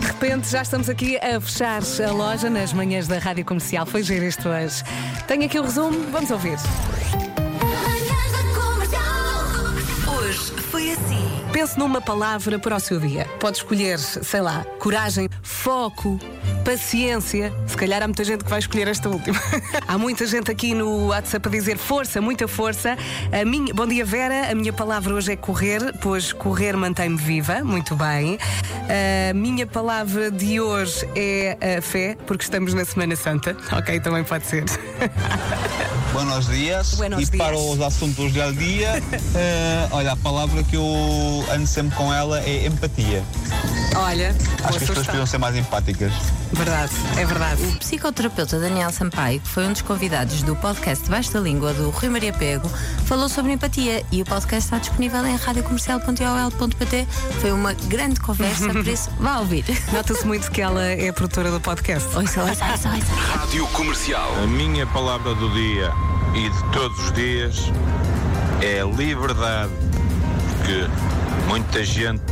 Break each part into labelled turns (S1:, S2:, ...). S1: repente já estamos aqui a fechar a loja nas manhãs da Rádio Comercial. Foi giro isto hoje. Tenho aqui o resumo, vamos ouvir.
S2: Manhãs da Comercial.
S3: Hoje foi assim.
S1: Pense numa palavra para o seu dia. Pode escolher, sei lá, coragem, foco, paciência. Se calhar há muita gente que vai escolher esta última. há muita gente aqui no WhatsApp a dizer força, muita força. A minha... Bom dia, Vera. A minha palavra hoje é correr, pois correr mantém-me viva. Muito bem. A minha palavra de hoje é a fé, porque estamos na Semana Santa. Ok, também pode ser.
S4: Buenos dias.
S1: Buenos
S4: e
S1: dias.
S4: para os assuntos do dia, eh, olha, a palavra que eu ando sempre com ela é empatia.
S1: Olha, boa
S4: Acho que as pessoas
S1: sugestão.
S4: precisam ser mais empáticas.
S1: Verdade, é verdade.
S3: O psicoterapeuta Daniel Sampaio, que foi um dos convidados do podcast Debaixo da Língua do Rui Maria Pego, falou sobre empatia e o podcast está disponível em radiocomercial.ol.pt. Foi uma grande conversa, por isso vá ouvir.
S1: Nota-se muito que ela é a produtora do podcast.
S3: Ouça, ouça, ouça, ouça.
S5: Rádio Comercial.
S6: A minha palavra do dia e de todos os dias é liberdade, porque muita gente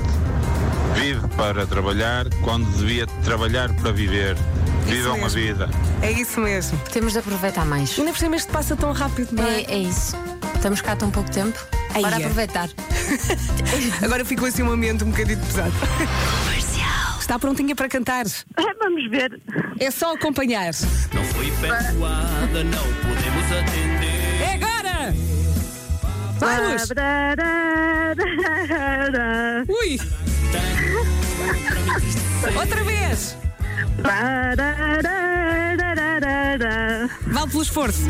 S6: vive para trabalhar quando devia trabalhar para viver. Vivam a
S1: mesmo.
S6: vida.
S1: É isso mesmo.
S3: Temos de aproveitar mais.
S1: E ainda por cima este passa tão rápido, não é?
S3: É, é isso. Estamos cá há tão pouco tempo.
S1: Ai,
S3: Para
S1: é.
S3: aproveitar.
S1: Agora ficou assim um momento um bocadinho pesado. Está prontinha para cantar.
S7: Vamos ver.
S1: É só acompanhar.
S8: Não foi perdoada, não podemos atender.
S1: É agora! Vamos!
S7: Bararararara,
S1: Ui! Outra vez!
S7: bararararara,
S1: Vale pelo esforço.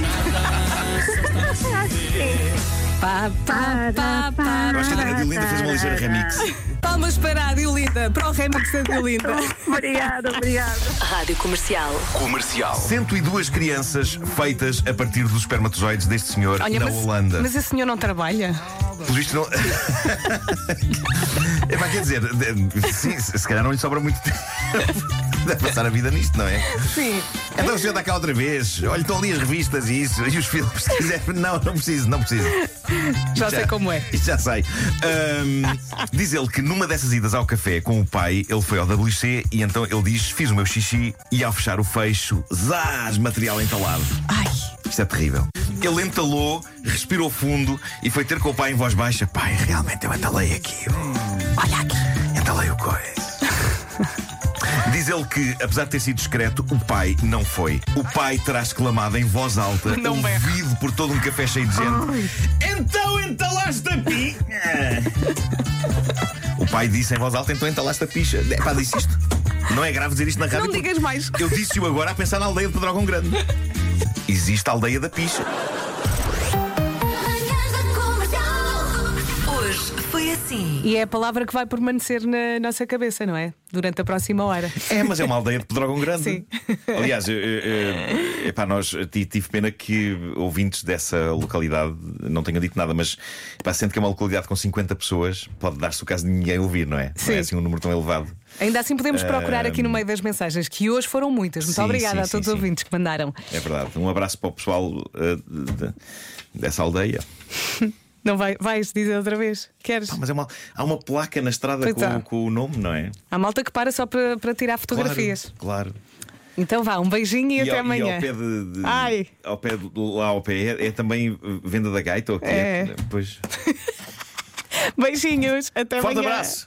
S1: Pá, pá, pá, pá.
S9: Eu acho que a Dana Dilinda fez uma ligeira remix.
S1: Palmas para a Diolinda, para o remix da Diolinda.
S7: Obrigada, obrigada.
S3: Rádio Comercial.
S5: Comercial.
S9: 102 crianças feitas a partir dos espermatozoides deste senhor na
S1: mas,
S9: Holanda.
S1: mas esse senhor não trabalha?
S9: Pelo visto não. é, pá, quer dizer, de- sim, se se calhar não lhe sobra muito tempo. Deve passar a vida nisto, não é?
S1: Sim.
S9: Então o senhor está cá outra vez. Olha, estão ali as revistas e isso, e os filmes, se quiser. Não, não preciso, não preciso.
S1: Já sei como é.
S9: Isto já sei. Ahm, diz ele que numa dessas idas ao café com o pai, ele foi ao WC e então ele diz: Fiz o meu xixi e ao fechar o fecho, zás, material entalado.
S1: Ai,
S9: Isto é terrível. Ele entalou, respirou fundo e foi ter com o pai em voz baixa: Pai, realmente eu entalei aqui.
S1: olha aqui.
S9: Entalei Então o coisa. Diz ele que, apesar de ter sido discreto, o pai não foi. O pai terá exclamado em voz alta,
S1: Não é. berra.
S9: ouvido por todo um café cheio de gente: Então entalaste a picha! o pai disse em voz alta: Então entalaste a picha. É, pá, disse isto. Não é grave dizer isto na rádio.
S1: Não digas mais.
S9: Eu disse-o agora a pensar na aldeia de Pedrógão Grande. Existe a aldeia da picha.
S2: Manhãs da Comercial.
S3: Hoje foi assim.
S1: E é a palavra que vai permanecer na nossa cabeça, não é? Durante a próxima hora.
S9: É, mas é uma aldeia de Pedrógão Grande.
S1: Sim.
S9: Aliás, eu, eu, eu, epá, nós eu ti- tive pena que ouvintes dessa localidade não tenham dito nada, mas epá, sendo que é uma localidade com 50 pessoas, pode dar-se o caso de ninguém ouvir, não é? Não
S1: Sim.
S9: é assim um número tão elevado.
S1: Ainda assim podemos procurar aqui no meio das mensagens, que hoje foram muitas. Muito
S9: Sim,
S1: obrigada
S9: sim,
S1: a
S9: sim,
S1: todos os
S9: sim.
S1: ouvintes que mandaram.
S9: É verdade. Um abraço para o pessoal eh, de- de- dessa aldeia.
S1: Não vai, vais dizer outra vez? Queres?
S9: Pá, mas é uma, há uma placa na estrada
S1: Pois
S9: com,
S1: há.
S9: com o nome, não é?
S1: Há malta que para só para, para tirar fotografias.
S9: Claro. claro.
S1: Então vá, um beijinho e, até
S9: ao-
S1: amanhã.
S9: ao pé de, de-
S1: Ai.
S9: ao pé de- lá ao pé é, é também eh, venda da gaita ou o quê?
S1: É.
S9: Pois.
S1: Beijinhos, até
S9: Forte
S1: amanhã.
S9: abraço.